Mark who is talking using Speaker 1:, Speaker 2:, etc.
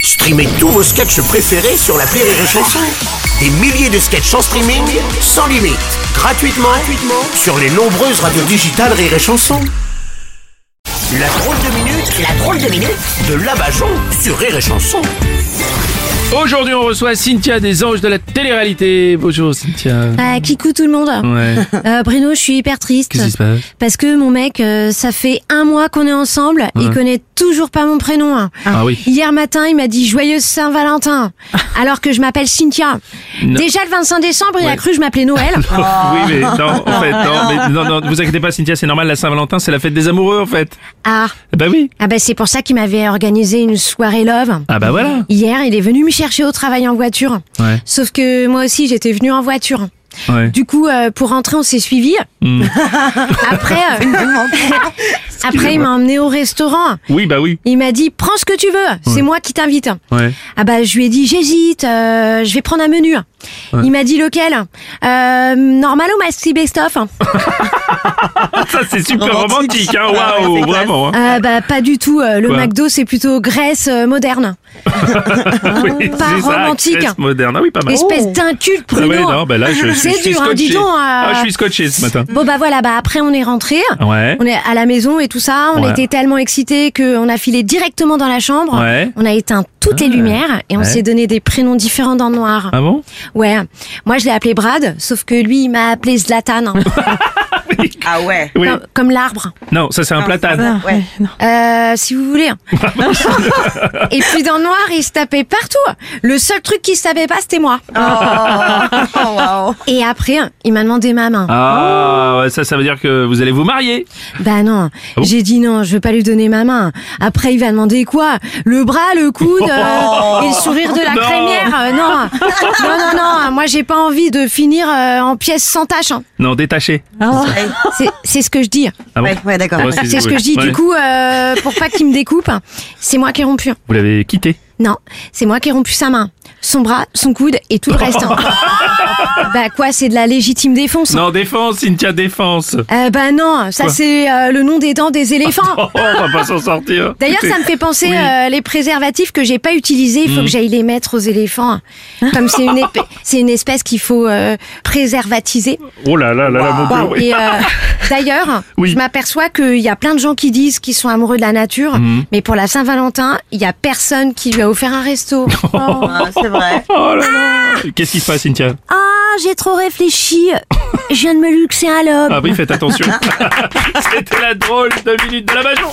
Speaker 1: Streamez tous vos sketchs préférés sur la Rire et Chanson. Des milliers de sketchs en streaming, sans limite, gratuitement, gratuitement sur les nombreuses radios digitales Rire et Chanson. La drôle de minute, la drôle de minute de Labajon sur Rire et Chanson.
Speaker 2: Aujourd'hui, on reçoit Cynthia des Anges de la télé-réalité. Bonjour Cynthia.
Speaker 3: Ah, coucou tout le monde.
Speaker 2: Ouais.
Speaker 3: Euh, Bruno, je suis hyper triste.
Speaker 2: Qu'est-ce qui se passe
Speaker 3: Parce que mon mec, euh, ça fait un mois qu'on est ensemble, il connaît toujours pas mon prénom. hein.
Speaker 2: Ah oui. Ah.
Speaker 3: Hier matin, il m'a dit joyeuse Saint-Valentin, alors que je m'appelle Cynthia.
Speaker 2: Non.
Speaker 3: Déjà le 25 décembre, il
Speaker 2: Ouais.
Speaker 3: a cru que je m'appelais Noël.
Speaker 2: Oui, mais non, en fait, non,
Speaker 3: Ah.
Speaker 2: mais non, non, vous inquiétez pas, Cynthia, c'est normal, la Saint-Valentin, c'est la fête des amoureux, en fait.
Speaker 3: Ah,
Speaker 2: Bah oui.
Speaker 3: ah bah c'est pour ça qu'il m'avait organisé une soirée love.
Speaker 2: Ah bah voilà.
Speaker 3: Hier, il est venu me chercher au travail en voiture.
Speaker 2: Ouais.
Speaker 3: Sauf que moi aussi, j'étais venue en voiture.
Speaker 2: Ouais. Hmm.
Speaker 3: Du coup, euh, pour rentrer, on s'est suivis. Après, euh, après, il m'a emmené au restaurant.
Speaker 2: Oui, bah oui.
Speaker 3: Il m'a dit prends ce que tu veux, c'est moi qui t'invite.
Speaker 2: Ouais.
Speaker 3: Ah bah je lui ai dit j'hésite, euh, je vais prendre un menu. Il m'a dit lequel euh, Normal ou Maxi Best Of Euh,
Speaker 2: Ça, c'est super romantique,
Speaker 3: Ah,
Speaker 2: hein.
Speaker 4: Ouais,
Speaker 2: Waouh,
Speaker 4: c'est classe.
Speaker 2: vraiment. Hein.
Speaker 3: Euh, Bah pas du tout. euh, le
Speaker 2: Quoi
Speaker 3: McDo c'est plutôt Grèce euh, moderne,
Speaker 2: Oui,
Speaker 3: Ah, pas
Speaker 2: c'est ça,
Speaker 3: romantique.
Speaker 2: Grèce moderne. Ah oui, pas mal.
Speaker 3: espèce d'inculte
Speaker 2: Ah
Speaker 3: Bruno.
Speaker 2: ouais, non, bah là, je, je
Speaker 3: c'est
Speaker 2: suis
Speaker 3: dur, hein,
Speaker 2: scotché.
Speaker 3: dis donc. euh.
Speaker 2: Ah, je suis scotché ce matin.
Speaker 3: Bon bah voilà, bah après on est rentré.
Speaker 2: Ouais.
Speaker 3: On est à la maison et tout ça, on
Speaker 2: Ouais.
Speaker 3: était tellement excités qu'on a filé directement dans la chambre.
Speaker 2: Ouais. Ah.
Speaker 3: On a éteint toutes les lumières et on
Speaker 2: Ouais.
Speaker 3: s'est donné des prénoms différents dans le noir.
Speaker 2: Ah bon
Speaker 3: Ouais, moi je l'ai appelé Brad, sauf que lui il m'a appelé Zlatan,
Speaker 4: Ah ouais.
Speaker 2: Oui.
Speaker 3: comme, comme l'arbre,
Speaker 2: Non, ça, c'est un platane.
Speaker 4: Ouais.
Speaker 3: Euh, si vous voulez. Et puis dans le noir il se tapait partout. Le seul truc qu'il se tapait pas c'était moi.
Speaker 4: Oh, wow.
Speaker 3: Et après il m'a demandé ma main.
Speaker 2: Ah,
Speaker 3: Oh.
Speaker 2: ouais, ça, ça veut dire que vous allez vous marier.
Speaker 3: Bah non,
Speaker 2: Ah bon
Speaker 3: j'ai dit non, je veux pas lui donner ma main. Après il va demander quoi Le bras, le coude euh, et le sourire de la
Speaker 2: Oh Non.
Speaker 3: crémière. Euh, non, non, non, non. Moi j'ai pas envie de finir euh, en pièces sans tache. hein.
Speaker 2: Non, détaché.
Speaker 3: C'est- C'est ce que je dis.
Speaker 2: Ah bon
Speaker 4: Ouais, ouais, d'accord.
Speaker 2: Ouais,
Speaker 3: C'est ce que je dis.
Speaker 2: ouais.
Speaker 3: Du coup, euh, pour pas qu'il me découpe, c'est moi qui ai rompu. hein.
Speaker 2: Vous l'avez quitté.
Speaker 3: Non, c'est moi qui ai rompu sa main, son bras, son coude et tout le reste. hein. bah quoi, c'est de la légitime défense. hein.
Speaker 2: Non, défense, Cynthia, défense.
Speaker 3: Euh, bah non, ça
Speaker 2: Quoi
Speaker 3: c'est euh, le nom des dents des éléphants.
Speaker 2: Oh, on va pas s'en sortir.
Speaker 3: D'ailleurs, ça me fait penser euh, les préservatifs que j'ai pas utilisés.
Speaker 2: Mm.
Speaker 3: Il faut que j'aille les mettre aux éléphants, Hein. comme c'est une, ép- c'est une espèce qu'il faut euh, préservatiser.
Speaker 2: Oh là là là là, mon Dieu, oui.
Speaker 3: Et euh, d'ailleurs,
Speaker 2: Oui.
Speaker 3: je m'aperçois qu'il y a plein de gens qui disent qu'ils sont amoureux de la nature,
Speaker 2: Mm.
Speaker 3: mais pour la Saint-Valentin, il y a personne qui lui a offert un resto. Oh.
Speaker 4: Ah, c'est vrai.
Speaker 2: Oh là là. Qu'est-ce qui se passe, Cynthia
Speaker 3: Ah, j'ai trop réfléchi. Je viens de me luxer un lobe.
Speaker 2: Ah oui, faites attention. C'était la drôle de minute de la Bajon.